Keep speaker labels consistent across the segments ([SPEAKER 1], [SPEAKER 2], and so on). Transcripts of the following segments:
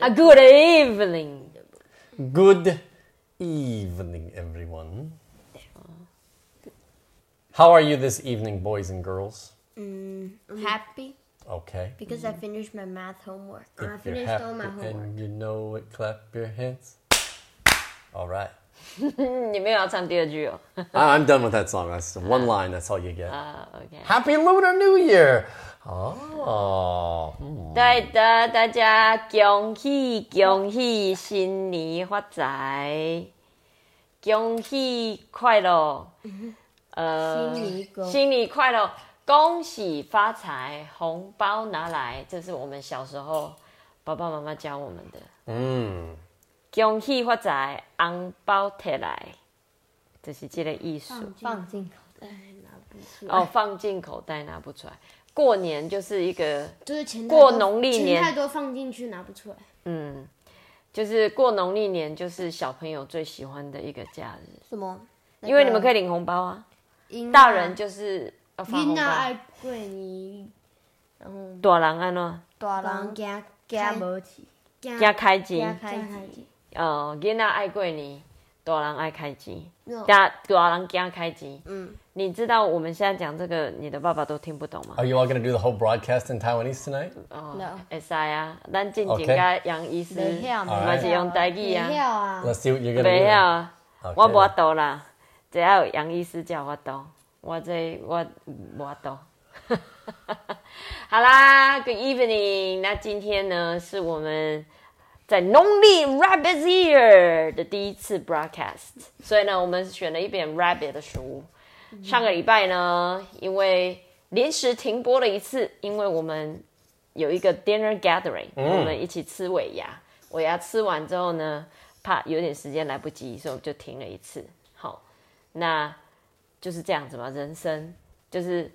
[SPEAKER 1] A 啊 good evening.
[SPEAKER 2] Good evening, everyone. How are you this evening, boys and girls?
[SPEAKER 3] Happy
[SPEAKER 2] Okay.
[SPEAKER 3] because I finished my math homework. I
[SPEAKER 2] If you're
[SPEAKER 3] finished all my
[SPEAKER 2] happy
[SPEAKER 3] homework.
[SPEAKER 2] And you know it, clap your hands. All right.
[SPEAKER 1] 嗯，你没有要唱第二 句哦。
[SPEAKER 2] I- I'm done with that song. That's one line. That's all you get.
[SPEAKER 3] Uh.
[SPEAKER 1] 啊，OK。
[SPEAKER 2] Happy Lunar New Year! Oh. mm.
[SPEAKER 1] 对的，大家恭喜恭喜，新年发财，恭喜快乐，呃，
[SPEAKER 3] 新年恭
[SPEAKER 1] 新年快乐，恭喜发财，红包拿来，这是我们小时候爸爸妈妈教我们的。
[SPEAKER 2] Mm.
[SPEAKER 1] 恭喜发财，红包摕来，这是这个艺术。
[SPEAKER 3] 放进口袋拿不出 来
[SPEAKER 1] 哦，放进口袋拿不出来。过年就是一个，
[SPEAKER 3] 就是钱太
[SPEAKER 1] 过
[SPEAKER 3] 多
[SPEAKER 1] 农历
[SPEAKER 3] 钱
[SPEAKER 1] 年
[SPEAKER 3] 太多放进去拿不出来。
[SPEAKER 1] 嗯，就是过农历年，就是小朋友最喜欢的一个假日，
[SPEAKER 3] 什么？
[SPEAKER 1] 因为你们可以
[SPEAKER 3] 以
[SPEAKER 1] 领红包啊。
[SPEAKER 3] 赢
[SPEAKER 1] 大人就是要发红
[SPEAKER 3] 嗯囡仔
[SPEAKER 1] 包，
[SPEAKER 3] 爱过年，然后
[SPEAKER 1] 大人安怎
[SPEAKER 3] 大人惊惊无钱，惊
[SPEAKER 1] 加开钱
[SPEAKER 3] 惊，开钱。
[SPEAKER 1] 哦，囡仔爱过年，大人爱开钱，
[SPEAKER 3] No，
[SPEAKER 1] 大大人加开钱。
[SPEAKER 3] 嗯，
[SPEAKER 1] 你知道我们现在讲这个，你的爸爸都听不懂吗？
[SPEAKER 2] Are you all going to do the whole broadcast in Taiwanese tonight?
[SPEAKER 1] 哦
[SPEAKER 3] No，
[SPEAKER 1] 会使啊，咱进前
[SPEAKER 2] OK
[SPEAKER 1] 甲杨医师
[SPEAKER 3] 袂晓嘛，
[SPEAKER 2] 哎
[SPEAKER 1] 嘛是用台语啊
[SPEAKER 3] 袂，晓啊，
[SPEAKER 2] Let's see what you're going to
[SPEAKER 1] 袂
[SPEAKER 2] do.
[SPEAKER 1] 晓啊。
[SPEAKER 2] Okay.
[SPEAKER 1] 我无法度啦，只要有杨医师才有法度，我这我无法度。 好啦，Good evening。那今天呢，是我们在农历 Rabbit Year 的第一次 broadcast，所以呢，我们选了一本 Rabbit 的书。上个礼拜呢，因为临时停播了一次，因为我们有一个 dinner gathering，、我
[SPEAKER 2] 嗯
[SPEAKER 1] 们一起吃尾牙。尾牙吃完之后呢，怕有点时间来不及，所以我们就停了一次。好，那就是这样子嘛，人生就是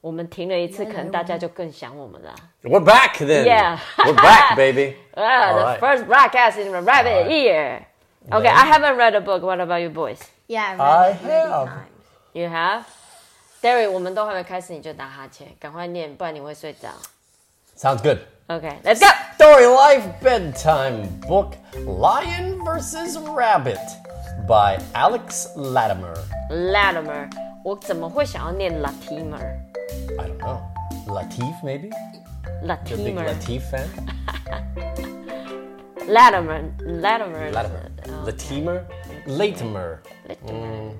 [SPEAKER 1] 我们停了一次，可能大家就更想我们啦。
[SPEAKER 2] We're back then.
[SPEAKER 1] Yeah.
[SPEAKER 2] We're back, baby.
[SPEAKER 1] Ah,
[SPEAKER 3] Uh.
[SPEAKER 1] the
[SPEAKER 2] All right.
[SPEAKER 1] first broadcast in the rabbit ear. Okay, I haven't read a book. What about you boys?
[SPEAKER 3] Yeah,
[SPEAKER 2] I
[SPEAKER 3] read it many
[SPEAKER 2] have.
[SPEAKER 3] times.
[SPEAKER 1] You have? Derry，我们都还没开始你就打哈欠，赶快念，不然你会睡着。
[SPEAKER 2] Sounds good.
[SPEAKER 1] OK，Let's、go。
[SPEAKER 2] Story Life Bedtime Book Lion vs. Rabbit by Alex Latimer.
[SPEAKER 1] Latimer，我怎么会想要念 Latimer？Latimer
[SPEAKER 2] I don't know. Latif, maybe? You're a big Latif fan?
[SPEAKER 1] Latimer Latimer
[SPEAKER 2] Latimer. Latimer? Latimer.
[SPEAKER 1] Latimer。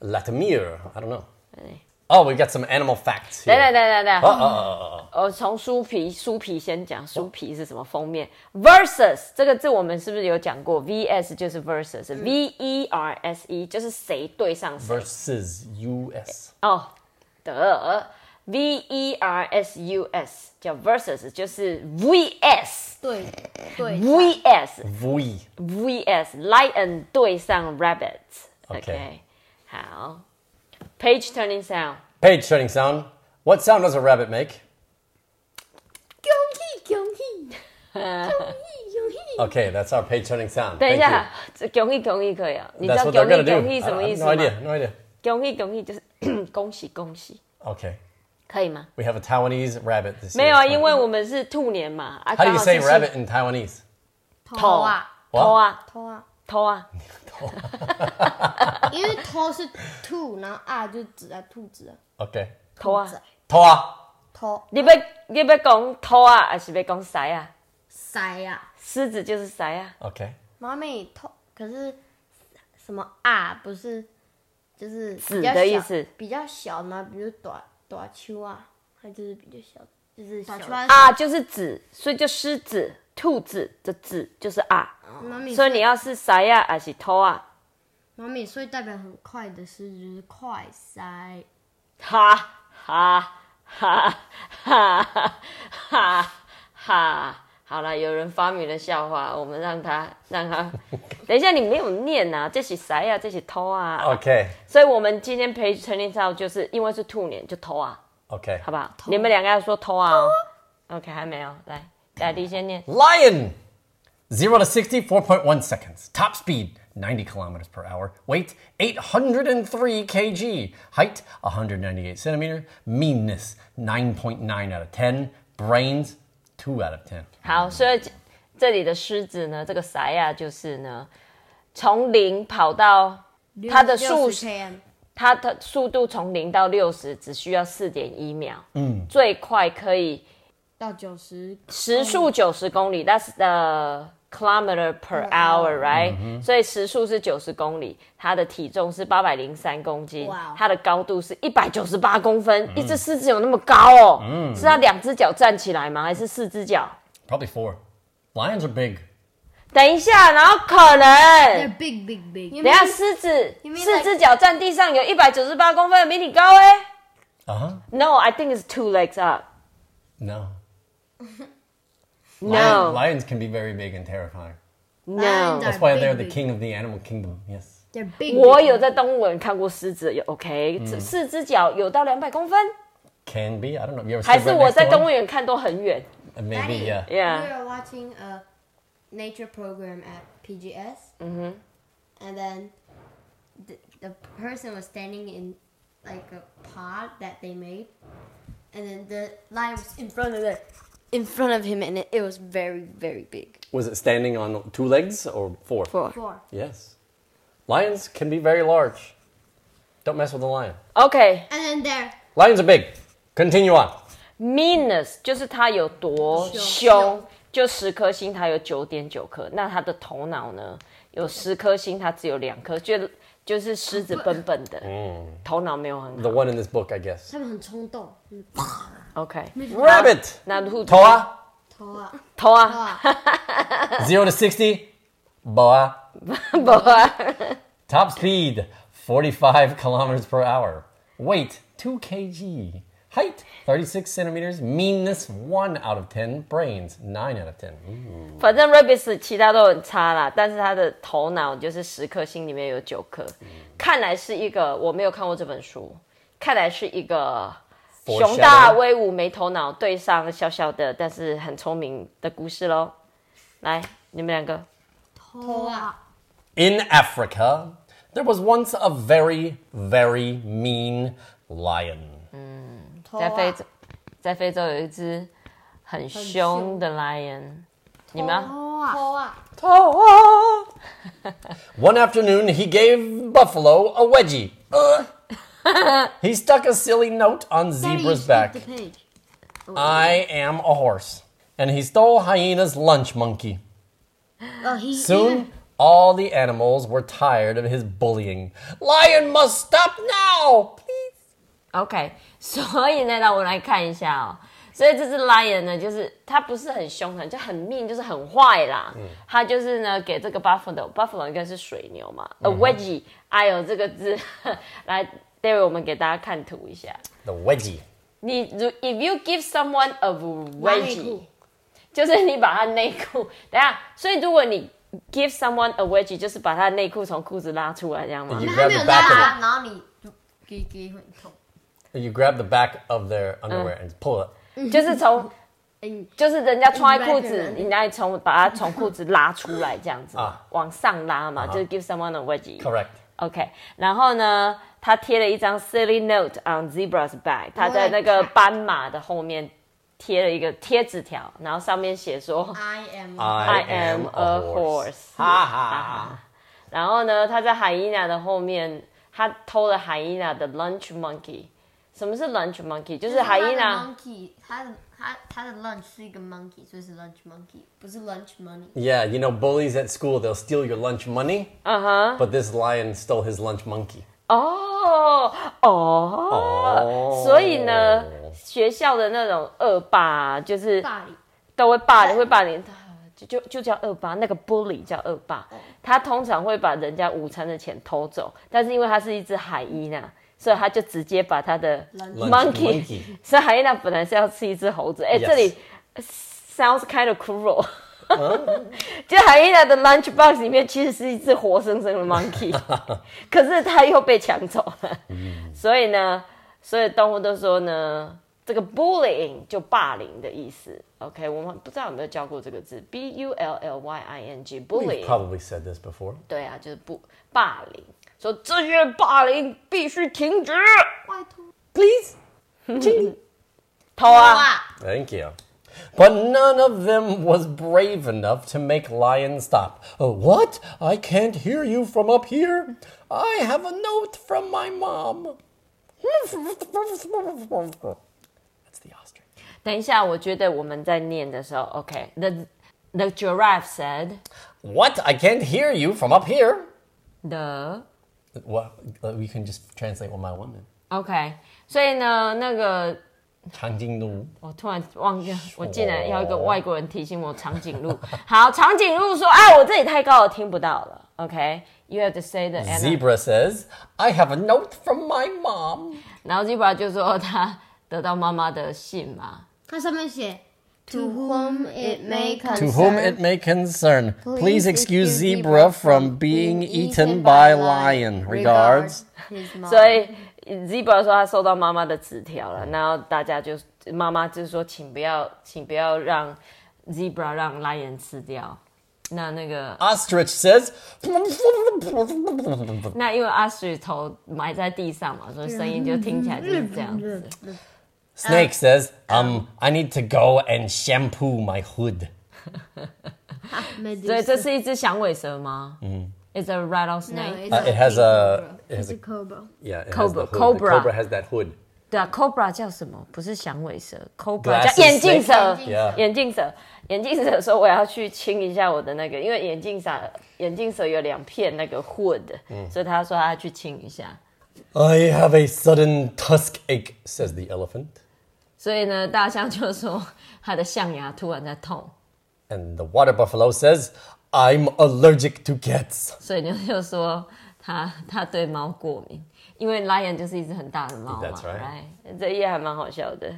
[SPEAKER 2] Latimer. Mm. I don't know.
[SPEAKER 1] 哎
[SPEAKER 2] Oh, we got some animal facts
[SPEAKER 1] 等等
[SPEAKER 2] here.
[SPEAKER 1] 等等
[SPEAKER 2] Uh,
[SPEAKER 1] 等，
[SPEAKER 2] uh, uh, uh, uh.
[SPEAKER 1] 我从书皮书皮先讲，书皮是什么封面？Versus 这个字我们是不是有讲过？VS 就是 versus，V E R S E 就是谁对上谁。
[SPEAKER 2] Versus US.
[SPEAKER 1] 哦，得 V E R S U S 叫 versus 就是 V S
[SPEAKER 3] 对对
[SPEAKER 1] V S
[SPEAKER 2] Vui.
[SPEAKER 1] V S lion 对上 rabbit。
[SPEAKER 2] OK
[SPEAKER 1] 好，page turning sound
[SPEAKER 2] Page turning sound. What sound does a rabbit make?
[SPEAKER 3] 恭喜恭喜恭喜恭喜！
[SPEAKER 2] Okay, that's our page turning sound.
[SPEAKER 1] 等一
[SPEAKER 2] Thank
[SPEAKER 1] 下
[SPEAKER 2] you.，
[SPEAKER 1] 这恭喜恭喜可以啊？你知
[SPEAKER 2] That's
[SPEAKER 1] 道
[SPEAKER 2] what
[SPEAKER 1] 恭
[SPEAKER 2] they're
[SPEAKER 1] 喜
[SPEAKER 2] gonna do.
[SPEAKER 1] 恭喜
[SPEAKER 2] I-
[SPEAKER 1] 什么
[SPEAKER 2] I
[SPEAKER 1] 意
[SPEAKER 2] have
[SPEAKER 1] 思
[SPEAKER 2] no
[SPEAKER 1] 吗？
[SPEAKER 2] idea. No idea.
[SPEAKER 1] 恭喜恭喜就是 恭喜恭喜，
[SPEAKER 2] Okay.
[SPEAKER 1] 可以吗？
[SPEAKER 2] We have a Taiwanese rabbit this
[SPEAKER 1] 没
[SPEAKER 2] year.
[SPEAKER 1] 有啊，
[SPEAKER 2] It's
[SPEAKER 1] 因
[SPEAKER 2] fine.
[SPEAKER 1] 为我们是兔年嘛，啊，
[SPEAKER 2] How do
[SPEAKER 1] 刚
[SPEAKER 2] you
[SPEAKER 1] 好是
[SPEAKER 2] say
[SPEAKER 1] 新
[SPEAKER 2] rabbit in Taiwanese?
[SPEAKER 3] 头啊
[SPEAKER 1] 头啊
[SPEAKER 3] 头啊，
[SPEAKER 1] 头啊，
[SPEAKER 3] 因为头是兔，然后啊就指啊兔子啊，
[SPEAKER 2] Okay.
[SPEAKER 1] 头啊
[SPEAKER 3] 兔子，
[SPEAKER 2] Toa.
[SPEAKER 3] 头
[SPEAKER 1] 你要你要讲头啊，还是要讲狮啊？
[SPEAKER 3] 塞啊，
[SPEAKER 1] 狮子就是狮啊，
[SPEAKER 2] Okay.
[SPEAKER 3] 妈咪头可是什么啊不是就是
[SPEAKER 1] 子
[SPEAKER 3] 比较
[SPEAKER 1] 的
[SPEAKER 3] 小
[SPEAKER 1] 意思
[SPEAKER 3] 比较小嘛，比如短短秋啊，它就是比较小，就是小
[SPEAKER 1] 啊就是子，所以就狮子、兔子的子就是啊，
[SPEAKER 3] 妈咪，
[SPEAKER 1] 所以你要是狮啊还是头啊？
[SPEAKER 3] 妈咪，所以代表很快的狮子就是快塞。
[SPEAKER 1] 哈哈哈哈哈哈！好了，有人发明了笑话，我们让他让他。等一下，你没有念啊，这是谁啊？这是偷啊
[SPEAKER 2] Okay.
[SPEAKER 1] 所以我们今天陪陈林超，就是因为是兔年，就偷啊，
[SPEAKER 2] Okay.
[SPEAKER 1] 好不好？你们两个要说偷啊、哦。OK，还没有，来，雅迪先念。
[SPEAKER 2] Lion. 0 to 60, 4.1 seconds. Top speed, 90 kilometers per hour. Weight, 803 kg. Height, 198 centimeter. Meanness, 9.9 out of 10. Brains, 2 out of 10.
[SPEAKER 1] 好，所以这里的狮子呢，这个撒亚就是呢，从零跑到它的速
[SPEAKER 3] 60 km
[SPEAKER 1] 它的速度从零到六十只需要四点一秒，嗯，最快可以
[SPEAKER 3] 到九十
[SPEAKER 1] 时速九十公里、t h a t s the kilometer per hour, right？、所以时速是九十公里，它的体重是八百零三公斤
[SPEAKER 3] 哇哦
[SPEAKER 1] 它的高度是一百九十八公分。一只狮子有那么高哦？是它两只脚站起来吗？还是四只脚？
[SPEAKER 2] Probably four. Lions are big.
[SPEAKER 1] 等一下，然后可能。
[SPEAKER 3] ，They're big, big, big.
[SPEAKER 1] 等一下，狮子
[SPEAKER 3] You mean
[SPEAKER 1] 四
[SPEAKER 3] like-
[SPEAKER 1] 只脚站地上有一百九十八公分，比你高哎、
[SPEAKER 2] Uh huh.
[SPEAKER 1] No, I think it's two legs up.
[SPEAKER 2] No.
[SPEAKER 1] No,
[SPEAKER 2] Lion- lions can be very big and terrifying.
[SPEAKER 1] no.
[SPEAKER 2] That's why
[SPEAKER 3] Big,
[SPEAKER 2] they're the
[SPEAKER 3] big.
[SPEAKER 2] king of the animal kingdom. Yes.
[SPEAKER 3] They're big.
[SPEAKER 1] 我
[SPEAKER 3] big.
[SPEAKER 1] 有在动物园看过狮子，有 OK，、这四只脚有到两百公分，
[SPEAKER 2] Can be. I don't know. You ever
[SPEAKER 1] 还
[SPEAKER 2] stood
[SPEAKER 1] 是
[SPEAKER 2] right
[SPEAKER 1] 我
[SPEAKER 2] next
[SPEAKER 1] 在
[SPEAKER 2] to
[SPEAKER 1] 动物
[SPEAKER 2] one?
[SPEAKER 1] 园看都很远
[SPEAKER 2] Uh, Maybe,
[SPEAKER 3] Daddy,
[SPEAKER 2] yeah.
[SPEAKER 1] Yeah.
[SPEAKER 3] We were watching a nature program at PGS. And then the, the person was standing in like a pod that they made. And then the lion was in front of the in front of him and it, it was very very big.
[SPEAKER 2] Was it standing on two legs or four?
[SPEAKER 3] Four.
[SPEAKER 2] Yes. Lions can be very large. Don't mess with a lion.
[SPEAKER 1] ，OK。
[SPEAKER 3] And then there
[SPEAKER 2] Lions are big. Continue on.
[SPEAKER 1] Meanness 就是它有多
[SPEAKER 3] 凶
[SPEAKER 1] 凶，就十颗星它有九点九颗，那它的头脑呢有十颗星，它只有两颗，就就是狮子笨笨的，头脑没有很
[SPEAKER 2] The
[SPEAKER 1] 好。
[SPEAKER 2] one in this book, I guess.
[SPEAKER 3] 他们很冲动，头啊
[SPEAKER 1] OK，
[SPEAKER 2] Rabbit.
[SPEAKER 1] 那兔子
[SPEAKER 2] Toa.
[SPEAKER 1] 头啊，
[SPEAKER 3] 头啊
[SPEAKER 2] Zero to sixty. Boa.
[SPEAKER 1] 不啊，
[SPEAKER 2] Top speed, 45 kilometers per hour. Weight, 2 kg. Height, 36 centimeters. Meanness, 1 out of 10. Brains, 9 out of 10. Ooh.
[SPEAKER 1] 反正 rabbits 其他都很差啦，但是它的头脑就是十颗星里面有九颗，看来是一个我没有看过这本书，看来是一个。熊大
[SPEAKER 2] Foreshadowing.
[SPEAKER 1] 威武没头脑对上小小的但是很聪明的故事喽。来，你们两个
[SPEAKER 2] In Africa, there was once a very, very mean lion.
[SPEAKER 1] 在非洲，在非洲有一只啊很凶的 lion，你们啊要哦
[SPEAKER 2] One afternoon, he gave Buffalo a wedgie. Ugh. he stuck a silly note on Zebra's back.
[SPEAKER 3] The page.
[SPEAKER 2] I am a horse. And he stole Hyena's lunch monkey.
[SPEAKER 3] Oh, he
[SPEAKER 2] Soon, all the animals were tired of his bullying. Lion must stop now, please.
[SPEAKER 1] OK。所 以呢，让我来看一下哦。所以这只 lion 呢，就是它不是很凶狠，就很命，就是很坏啦。它就是呢，给这个 buffalo，buffalo 应该是水牛嘛。呃 wedgie，哎呦，这个字， 来，待会我们给大家看图一下。
[SPEAKER 2] The wedgie.
[SPEAKER 1] 你如 if you give someone a wedgie，
[SPEAKER 3] 拉内裤。
[SPEAKER 1] 就是你把他内裤，等一下，所以如果你 give someone a wedgie，就是把他的内裤从裤子拉出来，这样吗
[SPEAKER 2] You
[SPEAKER 3] 他
[SPEAKER 2] grab
[SPEAKER 3] 没有
[SPEAKER 2] the back of
[SPEAKER 3] 拉，然后你就给给会痛。
[SPEAKER 2] it. You grab the back of their underwear
[SPEAKER 1] Uh.
[SPEAKER 2] and pull it.
[SPEAKER 1] 就是从
[SPEAKER 3] 嗯，
[SPEAKER 1] 就是人家穿裤子
[SPEAKER 3] Recommend，
[SPEAKER 1] 你哪里从把它从裤子拉出来这样子嘛
[SPEAKER 2] 啊
[SPEAKER 1] 往上拉嘛，就是 give someone a wedgie。
[SPEAKER 2] Correct.
[SPEAKER 1] OK，然后呢，他贴了一张 silly note on zebra's back，他在那个斑马的后面贴了一个贴纸条，然后上面写说。
[SPEAKER 3] I am
[SPEAKER 1] I am a horse. 啊
[SPEAKER 2] 哈哈。
[SPEAKER 1] 然后呢，他在海伊娜的后面，他偷了海伊娜的 lunch monkey。什么是 lunch monkey？就是海伊娜。
[SPEAKER 3] monkey，它的它它的 lunch 是一个 monkey，所以是 lunch monkey，不是 lunch money。
[SPEAKER 2] Yeah, you know, bullies at school, they'll steal your lunch money,
[SPEAKER 1] 嗯哼。
[SPEAKER 2] but this lion stole his lunch monkey.
[SPEAKER 1] 哦哦
[SPEAKER 2] 哦。
[SPEAKER 1] 所以呢，学校的那种恶霸就是
[SPEAKER 3] 霸凌，
[SPEAKER 1] 都会霸凌，会霸凌。就就就叫恶霸，那个 bully 叫恶霸，他通常会把人家午餐的钱偷走，但是因为他是一只海伊娜，所以他就直接把他的
[SPEAKER 2] Lunch
[SPEAKER 1] monkey，
[SPEAKER 2] monkey.
[SPEAKER 1] 所以海伊娜本来是要吃一只猴子，哎、
[SPEAKER 2] Yes.
[SPEAKER 1] 这里 sounds kind of cruel。就海伊娜的 lunch box 里面其实是一只活生生的 monkey，可是它又被抢走了，所以呢，所以动物都说呢，这个 bullying 就霸凌的意思。OK，我们不知道有没有教过这个字，b u l l y i n g
[SPEAKER 2] We've
[SPEAKER 1] bullying，
[SPEAKER 2] probably said this before.
[SPEAKER 1] 对啊，就是不霸凌，说这些霸凌必须停止，
[SPEAKER 3] 外托
[SPEAKER 1] 偷啊。
[SPEAKER 3] 哇，
[SPEAKER 1] 啊
[SPEAKER 2] 啊 Thank you. But none of them was brave enough to make Lion stop. "Uh, What? I can't hear you from up here? I have a note from my mom. That's the ostrich.
[SPEAKER 1] 等一下，我觉得我们在念的时候，OK，the、the giraffe said
[SPEAKER 2] What? I can't hear you from up here.
[SPEAKER 1] the
[SPEAKER 2] What? uh, We can just translate one by one then.
[SPEAKER 1] OK，所以呢，那个
[SPEAKER 2] 长颈鹿.
[SPEAKER 1] 我突然忘记，我竟然要一个外国人提醒我长颈鹿。好，长颈鹿说：“啊，我这里太高了，听不到了。” OK，you、have to say the animal。
[SPEAKER 2] Zebra says, I have a note from my mom.
[SPEAKER 1] 然后 Zebra 就说他得到妈妈的信嘛。
[SPEAKER 3] 它上面写 To whom it may concern.
[SPEAKER 2] To whom it may concern, please,
[SPEAKER 3] Please
[SPEAKER 2] excuse
[SPEAKER 3] excuse
[SPEAKER 2] zebra
[SPEAKER 3] zebra
[SPEAKER 2] from
[SPEAKER 3] from
[SPEAKER 2] being
[SPEAKER 3] being
[SPEAKER 2] eaten
[SPEAKER 3] eaten
[SPEAKER 2] by
[SPEAKER 3] by lion.
[SPEAKER 2] lion. Regards.
[SPEAKER 3] His mom.
[SPEAKER 1] 所以 Zebra 说他收到妈妈的纸条了，然后大家就妈妈就说请不要，请不要让 Zebra 让 Lion 吃掉。那那个
[SPEAKER 2] Ostrich says,
[SPEAKER 1] 那因为阿水头埋在地上嘛，所以声音就听起来就是这样子。
[SPEAKER 2] Snake says, um, I need to go and shampoo my hood.
[SPEAKER 1] 所以这是一只响尾蛇吗？嗯，It's a
[SPEAKER 3] No,
[SPEAKER 1] rattlesnake。
[SPEAKER 3] it's
[SPEAKER 2] Uh,
[SPEAKER 3] a
[SPEAKER 2] it has
[SPEAKER 3] big
[SPEAKER 2] a-
[SPEAKER 3] cobra.
[SPEAKER 2] it has
[SPEAKER 3] It's
[SPEAKER 2] a-
[SPEAKER 3] a cobra.
[SPEAKER 2] Yeah, it
[SPEAKER 1] Cobra-
[SPEAKER 2] Has the hood.
[SPEAKER 1] cobra.
[SPEAKER 2] The cobra has that hood.
[SPEAKER 1] 对啊，cobra 叫什么？不是响尾蛇，cobra
[SPEAKER 2] Glasses
[SPEAKER 1] 叫眼镜蛇
[SPEAKER 2] snake？Yeah.。
[SPEAKER 1] 眼镜蛇，眼镜蛇说我要去清一下我的那个，因为眼镜蛇眼镜蛇有两片那个 hood，所以他说他要去清一下。
[SPEAKER 2] I have a sudden tusk ache, says the elephant.
[SPEAKER 1] 所以呢，大象就说它的象牙突然在痛，
[SPEAKER 2] And the water buffalo says, I'm allergic to cats.
[SPEAKER 1] 所以牛就说它它对猫过敏，因为 lion 就是一只很大的猫嘛
[SPEAKER 2] That's right.
[SPEAKER 1] 哎这页还蛮好笑的。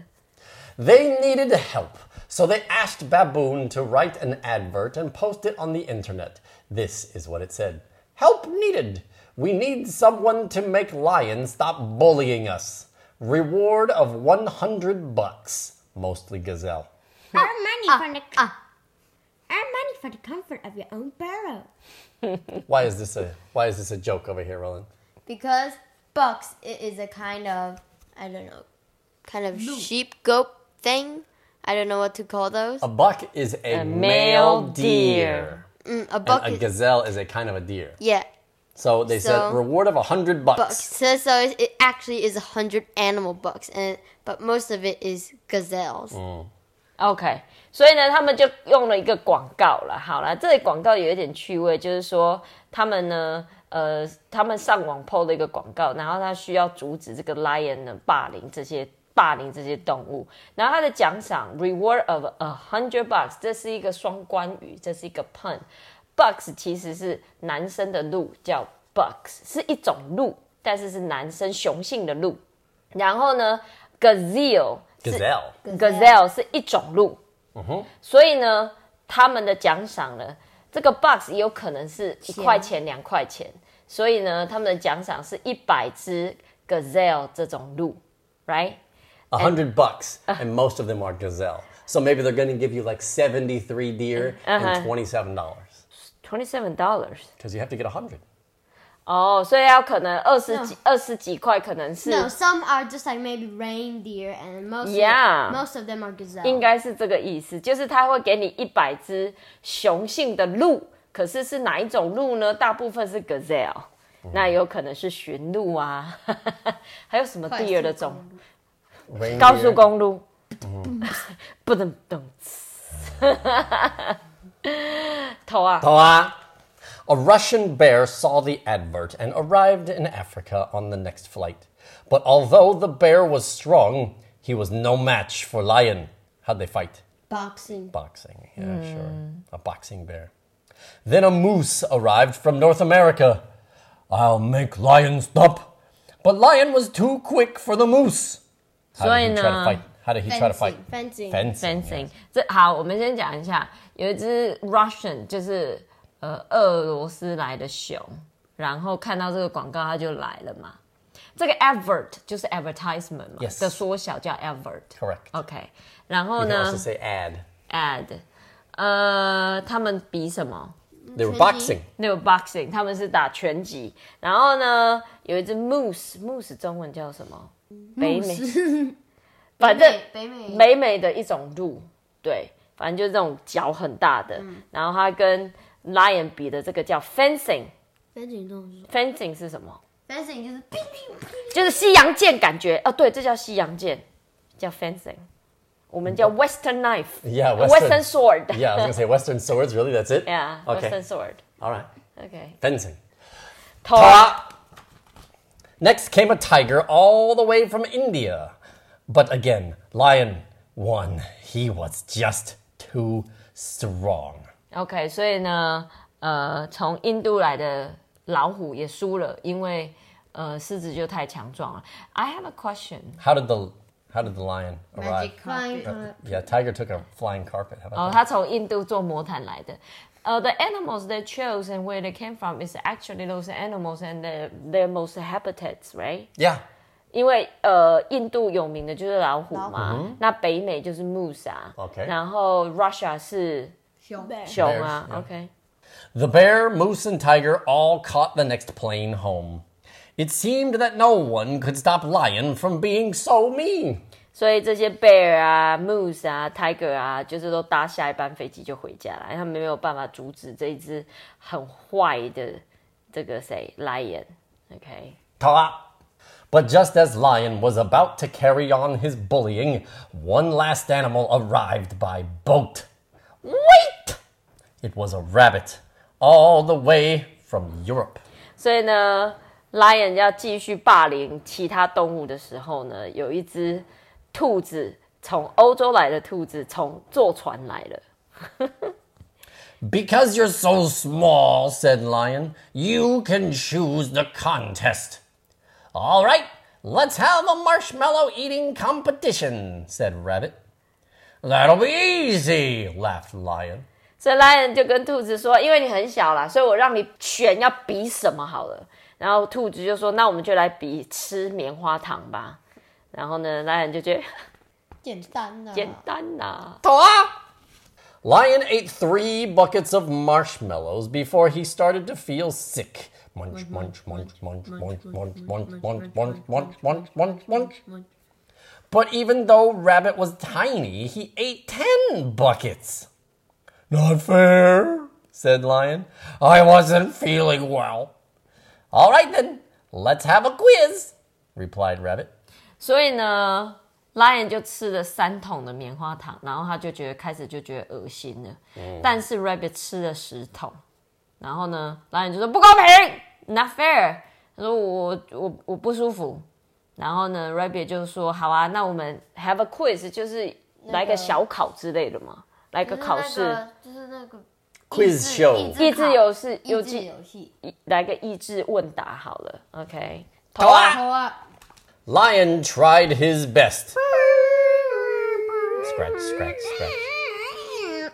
[SPEAKER 2] They needed help, so they asked Baboon to write an advert and post it on the internet. This is what it said Help needed! We need someone to make Lion stop bullying us. Reward of 100 bucks, mostly gazelle.
[SPEAKER 4] Earn money
[SPEAKER 3] Ah,
[SPEAKER 4] from the earn money for the comfort of your own burrow.
[SPEAKER 2] Why is this a why is this a joke over here, Roland?
[SPEAKER 3] Because bucks it is a kind of I don't know, kind of sheep goat thing. I don't know what to call those.
[SPEAKER 2] A buck is a,
[SPEAKER 1] A male
[SPEAKER 2] male deer.
[SPEAKER 1] deer.
[SPEAKER 3] Mm, a
[SPEAKER 2] and
[SPEAKER 3] buck.
[SPEAKER 2] a
[SPEAKER 3] is-
[SPEAKER 2] gazelle is a kind of a deer.
[SPEAKER 3] yeah,
[SPEAKER 2] So they said
[SPEAKER 3] So-
[SPEAKER 2] reward of 100 bucks.
[SPEAKER 3] bucks. So, so it, it actually is a hundred animal bucks, and but most of it is gazelles.
[SPEAKER 1] OK，所以呢，他们就用了一个广告了。好了，这个广告有一点趣味，就是说他们呢，呃，他们上网 PO 了一个广告，然后他需要阻止这个 lion 呢霸凌这些霸凌这些动物。然后他的奖赏 reward of a hundred bucks，这是一个双关语，这是一个 pun。Bucks 其实是男生的鹿，叫 Bucks，是一种鹿，但是是男生雄性的鹿。然后呢，Gazelle 是
[SPEAKER 2] Gazelle.
[SPEAKER 1] Gazelle 是一种鹿，所以呢，他们的奖赏呢，这个 box 有可能是一块钱、两块钱，所以呢，他们的奖赏是一百只 Gazelle 这种鹿，right？
[SPEAKER 2] A hundred bucks, and most of them are gazelle. So maybe they're going to give you like seventy-three deer and twenty-seven dollars
[SPEAKER 1] Twenty seven dollars
[SPEAKER 2] because you have to get a hundred.
[SPEAKER 1] 哦，所以要可能二十几、二十几块，可能是
[SPEAKER 4] No, some are just like maybe reindeer, and most
[SPEAKER 1] Yeah.
[SPEAKER 4] of, most of them are gazelle.
[SPEAKER 1] 应该是这个意思，就是他会给你一百只雄性的鹿，可是是哪一种鹿呢？大部分是 gazelle，、那有可能是驯鹿啊， 还有什么 deer 的种？高速
[SPEAKER 2] Reindeer.
[SPEAKER 1] 公哦路， 不能动。 头啊，
[SPEAKER 2] Toa. A Russian bear saw the advert and arrived in Africa on the next flight. But although the bear was strong, he was no match for lion. How'd they fight?
[SPEAKER 3] Boxing.
[SPEAKER 2] Boxing, yeah, sure. A boxing bear. Then a moose arrived from North America. I'll make lion stop. But lion was too quick for the moose. How did he try to
[SPEAKER 1] Suena-
[SPEAKER 2] fight? How did he try to fight?
[SPEAKER 3] Fencing.
[SPEAKER 2] Fencing.
[SPEAKER 1] fencing。这好，我们先讲一下，有一只 Russian，就是呃俄罗斯来的熊，然后看到这个广告，它就来了嘛。这个 advert 就是 advertisement 嘛
[SPEAKER 2] Yes
[SPEAKER 1] 的缩小叫 advert。
[SPEAKER 2] Correct.
[SPEAKER 1] OK，然后
[SPEAKER 2] You can
[SPEAKER 1] 呢
[SPEAKER 2] also say ad.
[SPEAKER 1] ad，呃，他们比什么？
[SPEAKER 2] They were boxing.
[SPEAKER 1] 那个 boxing，他们是打拳击。然后呢，有一只 moose，moose 中文叫什么？北美，反正
[SPEAKER 3] 北美
[SPEAKER 1] 北美的一种鹿，对，反正就是这种脚很大的。
[SPEAKER 2] 嗯
[SPEAKER 1] 然后它跟 lion 比的这个叫 fencing，fencing
[SPEAKER 3] 飞行动作
[SPEAKER 1] 是什么？
[SPEAKER 3] ，fencing 就是哔哔哔，
[SPEAKER 1] 就是西洋剑感觉哦，对，这叫西洋剑，叫 fencing，我们叫 western knife，western
[SPEAKER 2] 嗯 Yeah, Western.
[SPEAKER 1] sword，
[SPEAKER 2] Yeah, I was gonna say Western swords. Really, that's it.
[SPEAKER 1] yeah,
[SPEAKER 2] Okay.
[SPEAKER 1] western sword。
[SPEAKER 2] All right.
[SPEAKER 1] OK，
[SPEAKER 2] Fencing.
[SPEAKER 1] 头
[SPEAKER 2] Ah. Next came a tiger all the way from India. But again, lion won. He was just too strong.
[SPEAKER 1] OK，所以呢，呃，从印度来的老虎也输了，因为呃，狮子就太强壮了。I have a question。
[SPEAKER 2] How did the how did the lion arrive?
[SPEAKER 3] magic carpet.
[SPEAKER 2] Uh, yeah, tiger took a flying carpet. How about
[SPEAKER 1] 哦，
[SPEAKER 2] that?
[SPEAKER 1] 他从印度做魔毯来的。呃、t h e animals they chose and where they came from is actually those animals and their their most habitats, right?
[SPEAKER 2] Yeah.
[SPEAKER 1] 因为呃，印度有名的就是老虎嘛，那北美就是 moose 啊
[SPEAKER 2] 嗯 OK
[SPEAKER 1] 然后 Russia 是
[SPEAKER 3] 熊
[SPEAKER 1] 熊啊
[SPEAKER 2] Bears，yeah
[SPEAKER 1] ，OK，
[SPEAKER 2] The bear, moose, and tiger all caught the next plane home. It seemed that no one could stop lion from being so mean.
[SPEAKER 1] 所以这些 bear 啊、moose 啊、tiger 啊，就是都搭下一班飞机就回家了，因为他们没有办法阻止这一只很坏的这个谁 lion，OK，、
[SPEAKER 2] Ta-da. But just as Lion was about to carry on his bullying, one last animal arrived by boat. Wait! It was a rabbit, all the way from Europe.
[SPEAKER 1] 所以呢，lion 要继续霸凌其他动物的时候呢，有一只兔子从欧洲来的兔子从坐船来了。
[SPEAKER 2] Because you're so small, said Lion, you can choose the contest. All right, let's have a marshmallow eating competition, said Rabbit. That'll be easy, laughed Lion.
[SPEAKER 1] 所以 lion 就跟兔子说，因为你很小啦，所以我让你选要比什么好了。然后兔子就说，那我们就来比吃棉花糖吧。然后呢，lion 就觉得
[SPEAKER 3] 简单的，
[SPEAKER 1] 简单呐、
[SPEAKER 2] Lion ate three buckets of marshmallows before he started to feel sick. Munch, munch, munch, munch, munch, munch, munch, munch, munch, munch, munch, munch, munch. But even though Rabbit was tiny, he ate ten buckets. Not fair, said Lion. I wasn't feeling well. All right then, let's have a quiz, replied Rabbit.
[SPEAKER 1] 所以呢，lion 就吃了三桶的棉花糖，然后他就觉得开始就觉得恶心了。但是 rabbit 吃了十桶，然后呢，lion 就说不公平，not fair。他说我我我不舒服。然后呢，rabbit 就说好啊，那我们 have a quiz，就是来个小考之类的嘛，来个考试，
[SPEAKER 3] 就是那个
[SPEAKER 2] Quiz show
[SPEAKER 1] 益智游戏，
[SPEAKER 3] 益
[SPEAKER 1] 有
[SPEAKER 3] 智
[SPEAKER 1] 记
[SPEAKER 3] 游戏，
[SPEAKER 1] 来个益智问答好了，OK。
[SPEAKER 2] 投啊
[SPEAKER 3] 好啊，
[SPEAKER 2] Lion tried his best. Scratch, scratch, scratch.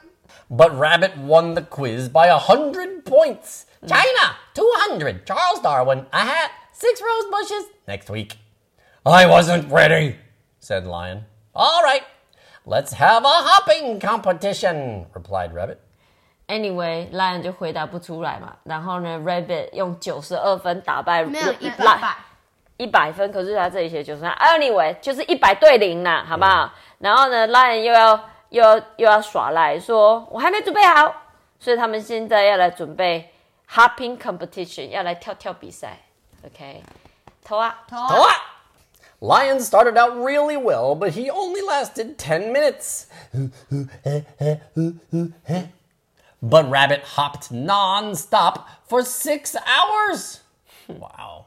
[SPEAKER 2] But Rabbit won the quiz by a hundred points. China, 200. Charles Darwin, a hat, six rose bushes. Next week. I wasn't ready, said Lion. All right, let's have a hopping competition, replied Rabbit.
[SPEAKER 1] Anyway, Lion 就回答不出来嘛，然后呢，Rabbit 用九十二分打败
[SPEAKER 3] 没有一
[SPEAKER 1] Lion
[SPEAKER 3] 百百，
[SPEAKER 1] 一百分，可是他这里写九十三。Anyway，就是一百对零啦，好不好？然后呢，Lion 又要又要又要耍赖，说我还没准备好，所以他们现在要来准备 hopping competition，要来跳跳比赛。OK，投啊！
[SPEAKER 3] 投
[SPEAKER 2] Oh,
[SPEAKER 3] 啊，
[SPEAKER 2] ah! Lion started out really well, but he only lasted 10 minutes. But Rabbit hopped non-stop for six hours. Wow.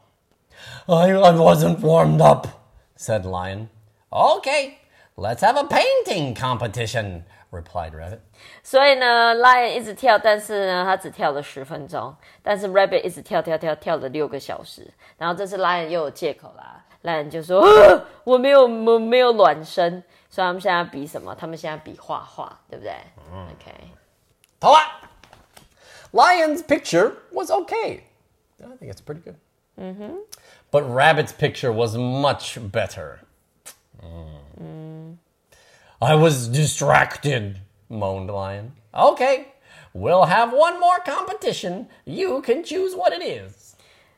[SPEAKER 2] I, I wasn't warmed up, said Lion. Okay, let's have a painting competition, replied Rabbit.
[SPEAKER 1] 所以呢，Lion 一直跳，但是呢，他只跳了十分钟，但是 Rabbit 一直跳跳跳跳了六个小时。然后这次 Lion 又有借口啦，Lion 就说、啊我没有我没有卵生，所以他们现在比什么？他们现在比画画，对不对、o k
[SPEAKER 2] Talat! Lion's picture was okay. I think it's pretty good. But Rabbit's picture was much better. I was distracted, moaned Lion. Okay, we'll have one more competition. You can choose what it is.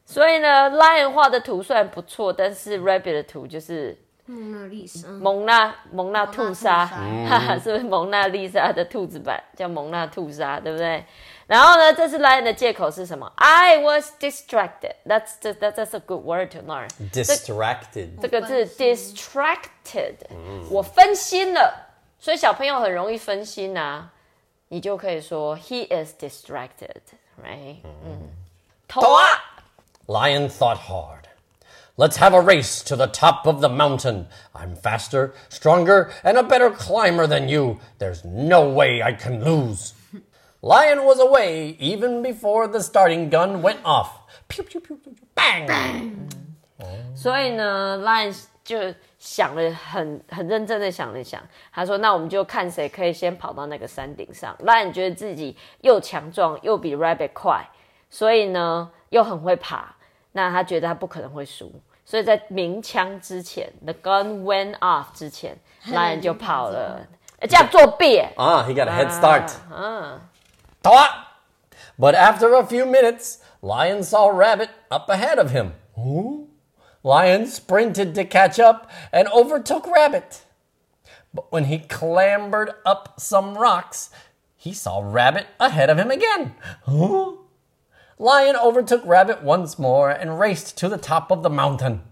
[SPEAKER 1] 所以呢，Lion 画的图虽然不错，但是 Rabbit 的图就是
[SPEAKER 3] 蒙娜丽莎，
[SPEAKER 1] 蒙娜蒙娜兔
[SPEAKER 3] 莎
[SPEAKER 1] 莎，哈哈，是不是蒙娜丽莎的兔子版叫蒙娜兔莎，对不对？然后呢，这次 Lion 的借口是什么？I was distracted. That's that, that that's a good word to learn. 这
[SPEAKER 2] Distracted.
[SPEAKER 1] 这个字 distracted，、我分心了，所以小朋友很容易分心啊，你就可以说 he is distracted，right？嗯，头啊，
[SPEAKER 2] Lion thought hard. Let's have a race to the top of the mountain. I'm faster, stronger, and a better climber than you. There's no way I can lose. Lion was away even before the starting gun went off. Pew, pew, pew, pew, pew. Bang!
[SPEAKER 1] 所以呢，Lion 就想了很很认真的想了想，他说：“那我们就看谁可以先跑到那个山顶上。”Lion 觉得自己又强壮，又比 Rabbit 快，所以呢又很会爬。那他觉得他不可能会输，所以在鸣枪之前，the gun went off 之前，Lion 就跑了。呃这样作弊耶、
[SPEAKER 2] Ah, he got a head start. Thought. But after a few minutes, Lion saw Rabbit up ahead of him. Who? Lion sprinted to catch up and overtook Rabbit. But when he clambered up some rocks, he saw Rabbit ahead of him again. Who? Lion overtook Rabbit once more and raced to the top of the mountain.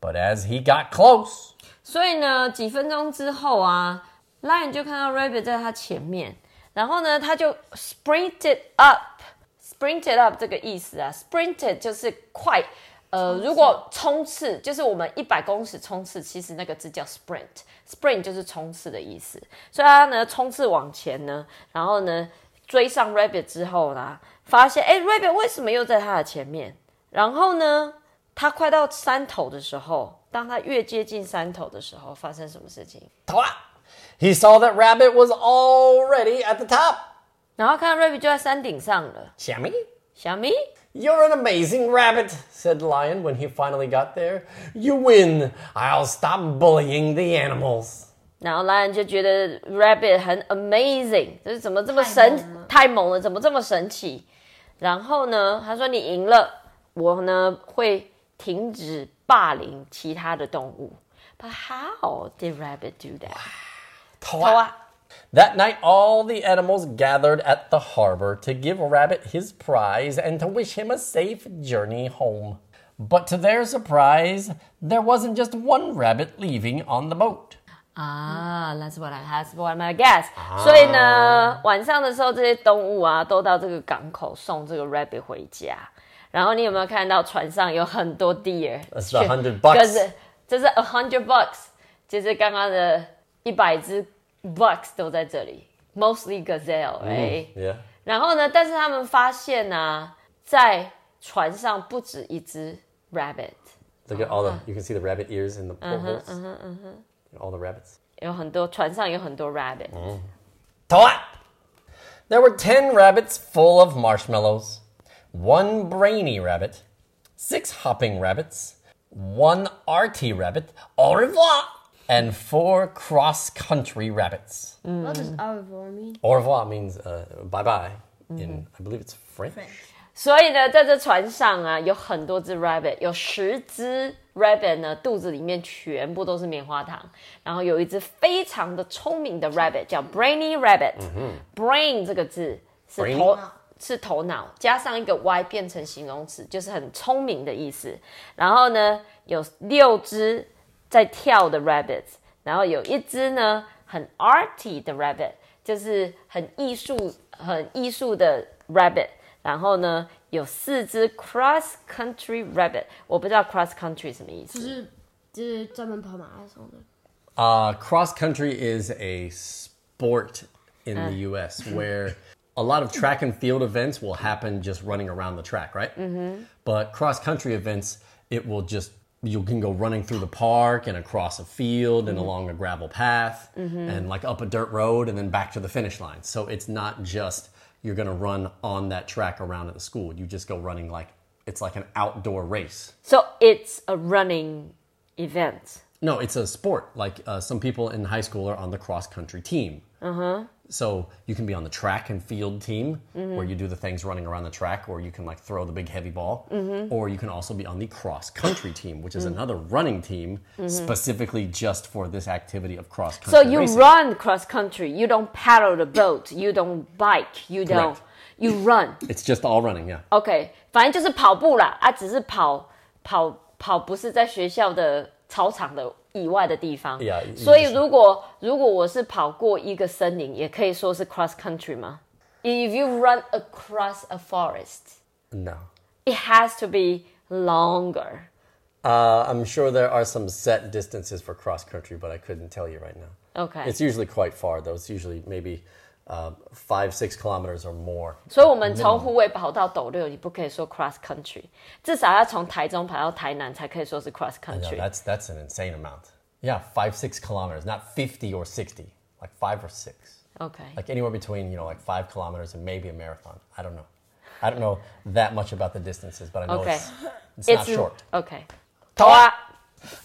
[SPEAKER 2] But as he got close,
[SPEAKER 1] 所以呢，几分钟之后啊，Lion 就看到 Rabbit 在他前面，然后呢，他就 sprinted up，sprinted up 这个意思啊，sprinted 就是快，呃，如果冲刺，就是我们一百公尺冲刺，其实那个字叫 sprint，sprint 就是冲刺的意思。所以他呢冲刺往前呢，然后呢追上 Rabbit 之后啦，发现哎，Rabbit 为什么又在他的前面？然后呢，他快到山头的时候，当他越接近山头的时候，发生什么事情？
[SPEAKER 2] thought, he saw that Rabbit was already at the top.
[SPEAKER 1] 然后看到 Rabbit 就在山顶上了，
[SPEAKER 2] Shammy?
[SPEAKER 1] 小咪
[SPEAKER 2] You're an amazing rabbit, said Lion when he finally got there. You win. I'll stop bullying the animals.
[SPEAKER 1] 然后 Lion 就觉得 Rabbit 很 amazing，就是怎么这么神，
[SPEAKER 3] 太
[SPEAKER 1] 太
[SPEAKER 3] 猛了
[SPEAKER 1] 猛了，怎么这么神奇？然后呢，他说你赢了，我呢会停止霸凌其他的动物。But how did Rabbit do that？好
[SPEAKER 2] Thwack.
[SPEAKER 1] 啊，
[SPEAKER 2] That night, all the animals gathered at the harbor to give Rabbit his prize and to wish him a safe journey home. But to their surprise, there wasn't just one rabbit leaving on the boat.
[SPEAKER 1] 啊，That's what I that's what I guess。所
[SPEAKER 2] 啊
[SPEAKER 1] 以呢，晚上的时候，这些动物啊都到这个港口送这个 rabbit 回家。然后你有没有看到船上有很多 deer？
[SPEAKER 2] That's the 100 bucks
[SPEAKER 1] 这是这是 a hundred bucks，就是刚刚的一百只 bucks 都在这里，mostly
[SPEAKER 2] Mm
[SPEAKER 1] gazelle，right？、
[SPEAKER 2] Yeah.
[SPEAKER 1] 然后呢，但是他们发现呢、在船上不止一只 rabbit，
[SPEAKER 2] Look at all the, you can see the rabbit ears in the portholes. All the rabbits.
[SPEAKER 1] 有很多船上有很多 rabbit。
[SPEAKER 2] Thought. There were ten rabbits full of marshmallows, one brainy rabbit, six hopping rabbits, one arty rabbit, au revoir, and four cross country rabbits.
[SPEAKER 3] What does au revoir mean?
[SPEAKER 2] Au revoir means uh, bye bye in, I believe it's French.
[SPEAKER 1] 所以呢，在这船上啊，有很多只 rabbit，有十只 rabbit 呢，肚子里面全部都是棉花糖。然后有一只非常的聪明的 rabbit，叫 brainy rabbit。brain 这个字是
[SPEAKER 2] Brainy？
[SPEAKER 1] 头是头脑，加上一个 y 变成形容词，就是很聪明的意思。然后呢，有六只在跳的 rabbits，然后有一只呢很 arty 的 rabbit，就是很艺术、很艺术的 rabbit。然后呢，有四只 cross country rabbit，我不知道 cross country 什么意思。
[SPEAKER 3] 就是就是专门跑马拉松的。
[SPEAKER 2] Uh, cross country is a sport in the U.S. where a lot of track and field events will happen just running around the track, right? Mm-hmm. But cross country events, it will just you can go running through the park and across a field and along a gravel path and like up a dirt road and then back to the finish line. So it's not just you're going to run on that track around at the school. You just go running like it's like an outdoor race.
[SPEAKER 1] So it's a running event. Uh-huh.
[SPEAKER 2] No, it's a sport. Like uh, some people in high school are on the cross country team. Uh huh. So you can be on the track and field team where you do the things running around the track, or you can like throw the big heavy ball,
[SPEAKER 1] Mm-hmm.
[SPEAKER 2] or you can also be on the cross country team, which is another running team specifically just for this activity of cross country.
[SPEAKER 1] Mm-hmm. So you
[SPEAKER 2] racing.
[SPEAKER 1] run cross country. You don't paddle the boat. You don't bike. You don't.
[SPEAKER 2] Correct.
[SPEAKER 1] You run.
[SPEAKER 2] It's just all running, yeah.
[SPEAKER 1] OK，反正就是跑步啦，啊，只是跑跑跑，不是在学校的操场的以外的地方。
[SPEAKER 2] Yeah, you-
[SPEAKER 1] 所以
[SPEAKER 2] you-
[SPEAKER 1] 如果如果我是跑过一个森林，也可以说是 cross country 吗？If you run across a forest,
[SPEAKER 2] No.
[SPEAKER 1] it has to be longer.
[SPEAKER 2] Uh, I'm sure there are some set distances for cross country, but I couldn't tell you right now.
[SPEAKER 1] OK，
[SPEAKER 2] It's usually quite far, though. It's usually maybe uh, five, six kilometers or more.
[SPEAKER 1] 所以我们从湖尾跑到斗六，你不可以说 cross country，至少要从台中跑到台南才可以说是 cross
[SPEAKER 2] Yeah,
[SPEAKER 1] country。
[SPEAKER 2] that's that's an insane amount. Yeah, five, six kilometers, not fifty or sixty, like five or six,
[SPEAKER 1] OK，
[SPEAKER 2] like anywhere between you know like five kilometers and maybe a marathon. I don't know. I don't know that much about the distances, but I know
[SPEAKER 1] Okay.
[SPEAKER 2] it's, it's, not short.
[SPEAKER 1] OK，
[SPEAKER 2] Toa!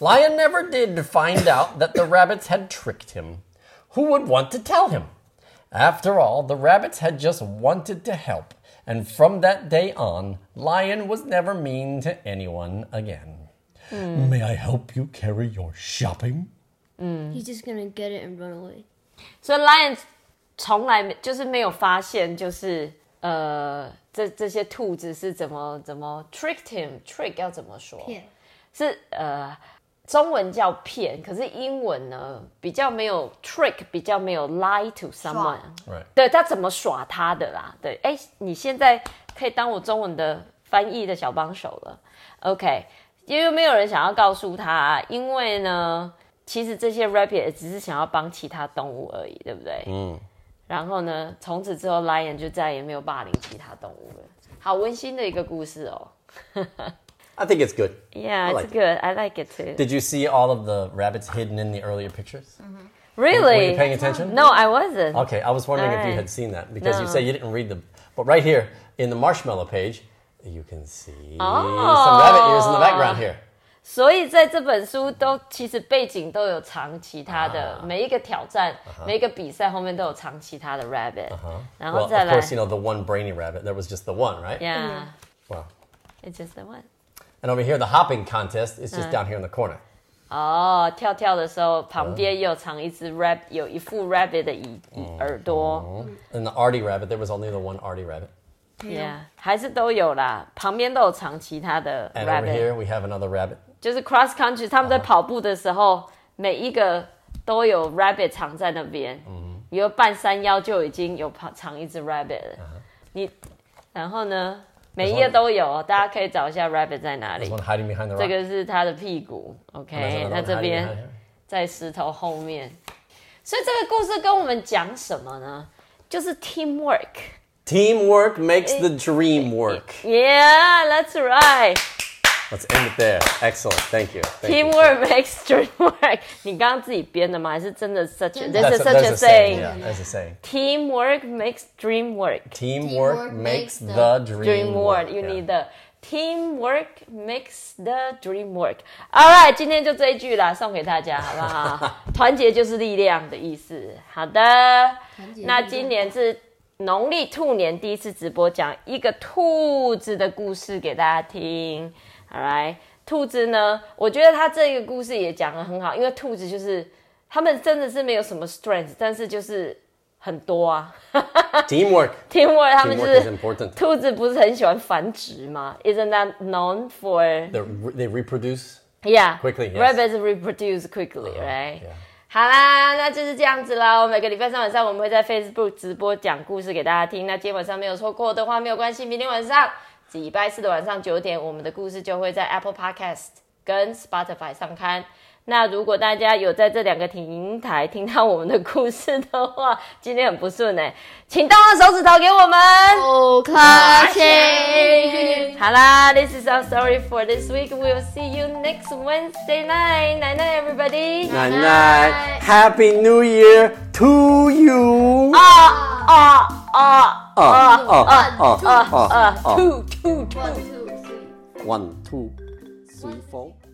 [SPEAKER 2] Lion never did find out that the rabbits had tricked him. Who would want to tell him? After all, the rabbits had just wanted to help, and from that day on, Lion was never mean to anyone again. May I help you carry your shopping?
[SPEAKER 1] 嗯
[SPEAKER 4] He's just gonna get it and run away.
[SPEAKER 1] 所以 lion 从来没就是没有发现，就是呃，这这些兔子是怎么怎么 tricked him trick 要怎么说？
[SPEAKER 3] 骗
[SPEAKER 1] 是呃，中文叫骗，可是英文呢比较没有 trick，比较没有 lie to someone
[SPEAKER 3] 耍。
[SPEAKER 2] Right.
[SPEAKER 1] 对他怎么耍他的啦？对，哎，你现在可以当我中文的翻译的小帮手了，OK？因为没有人想要告诉他，因为呢，其实这些 rabbit 也只是想要帮其他动物而已，对不对？嗯。然后呢，从此之后，lion 就再也没有霸凌其他动物了。好温馨的一个故事哦。
[SPEAKER 2] I think it's good.
[SPEAKER 1] Yeah,
[SPEAKER 2] I
[SPEAKER 1] it's
[SPEAKER 2] like it.
[SPEAKER 1] good. I like it too.
[SPEAKER 2] Did you see all of the rabbits hidden in the earlier pictures? Were you paying
[SPEAKER 1] Really?
[SPEAKER 2] attention?
[SPEAKER 1] No, I wasn't.
[SPEAKER 2] Okay, I was wondering if you
[SPEAKER 1] Alright.
[SPEAKER 2] had seen that because you
[SPEAKER 1] No.
[SPEAKER 2] say you didn't read them. But right here in the marshmallow page, you can see some
[SPEAKER 1] Oh.
[SPEAKER 2] rabbit ears in the background here.
[SPEAKER 1] 所以在这本书都其实背景都有藏其他
[SPEAKER 2] 啊
[SPEAKER 1] 的、每一个挑战、每一个比赛后面都有藏其他的 rabbit，、然
[SPEAKER 2] 啊 Well,
[SPEAKER 1] 后再
[SPEAKER 2] of
[SPEAKER 1] 来
[SPEAKER 2] course, you know the one brainy rabbit. There was just the one, right?
[SPEAKER 1] yeah,
[SPEAKER 2] Wow.
[SPEAKER 1] it's just the one.
[SPEAKER 2] And over here, the hopping contest is
[SPEAKER 1] Uh.
[SPEAKER 2] just down here in the corner.
[SPEAKER 1] 哦，跳跳的时候旁边又藏一
[SPEAKER 2] 嗯
[SPEAKER 1] 只 rabbit，有一副 rabbit 的耳耳朵
[SPEAKER 2] And the Artie rabbit, there was only the one Artie rabbit.
[SPEAKER 1] ，yeah，还是都有啦，旁边都有藏其他的
[SPEAKER 2] And over
[SPEAKER 1] rabbit，
[SPEAKER 2] here, we have another rabbit.
[SPEAKER 1] 就是 cross country 他们在跑步的时候每一个都有 rabbit 藏在那边，比如半山腰就已经有跑藏一只 rabbit 了。你然后呢，每一页都有哦，大家可以找一下 rabbit 在哪
[SPEAKER 2] There's
[SPEAKER 1] 里
[SPEAKER 2] one。hiding behind the rock.
[SPEAKER 1] 这个是它的屁股
[SPEAKER 2] And there's
[SPEAKER 1] ，OK，
[SPEAKER 2] another
[SPEAKER 1] 那
[SPEAKER 2] one
[SPEAKER 1] 这
[SPEAKER 2] hiding
[SPEAKER 1] 边
[SPEAKER 2] behind here.
[SPEAKER 1] 在石头后面。所以这个故事跟我们讲什么呢？就是 teamwork。
[SPEAKER 2] Teamwork makes the dream work.
[SPEAKER 1] Yeah, that's right.
[SPEAKER 2] Let's end it there. Excellent. Thank you. Thank you.
[SPEAKER 1] Teamwork makes dream work。你刚刚自己编的吗？还是真的 such a, this
[SPEAKER 2] That's
[SPEAKER 1] is
[SPEAKER 2] a,
[SPEAKER 1] such
[SPEAKER 2] that's
[SPEAKER 1] a
[SPEAKER 2] a saying.
[SPEAKER 1] saying？
[SPEAKER 2] Yeah, that's a saying.
[SPEAKER 1] Teamwork makes dream work.
[SPEAKER 2] Teamwork, makes the dream,
[SPEAKER 1] Dream
[SPEAKER 2] work.
[SPEAKER 1] work. You
[SPEAKER 2] Yeah.
[SPEAKER 1] need the teamwork makes the dream work. All right，今天就这一句啦，送给大家，好不 好？团结就是力量的意思。好的
[SPEAKER 3] 团结力，量
[SPEAKER 1] 那今年是农历兔年第一次直播，讲一个兔子的故事给大家听。好来，兔子呢，我觉得它这个故事也讲得很好，因为兔子就是他们真的是没有什么 strength，但是就是很多 啊。
[SPEAKER 2] Teamwork.
[SPEAKER 1] Teamwork，他们就
[SPEAKER 2] Teamwork is
[SPEAKER 1] 是
[SPEAKER 2] important.
[SPEAKER 1] 兔子不是很喜欢繁殖吗？Isn't that known for
[SPEAKER 2] They're, they reproduce.
[SPEAKER 1] yeah
[SPEAKER 2] Quickly, yes. Uh-huh,
[SPEAKER 1] Rabbits reproduce quickly, right?
[SPEAKER 2] yeah.
[SPEAKER 1] 好啦，那就是这样子啦。每个礼拜三晚上我们会在 Facebook 直播讲故事给大家听。那今天晚上没有错过的话，没有关系，明天晚上礼拜四的晚上九点，我们的故事就会在 Apple Podcast 跟 Spotify 上刊。那如果大家有在这两个平台听到我们的故事的话，今天很不顺哎、请动动手指头给我们。
[SPEAKER 4] Oh,
[SPEAKER 1] 好啦，This is our story for this week. We'll see you next Wednesday night. Night night, everybody.
[SPEAKER 2] Night night. Happy New Year to you. Ah,
[SPEAKER 1] 啊 Ah, 啊啊
[SPEAKER 2] 啊啊啊
[SPEAKER 1] 啊
[SPEAKER 2] 啊
[SPEAKER 1] ah,
[SPEAKER 2] ah,
[SPEAKER 1] 啊！Two two two.
[SPEAKER 3] One, two, three.
[SPEAKER 2] One, two, three, four.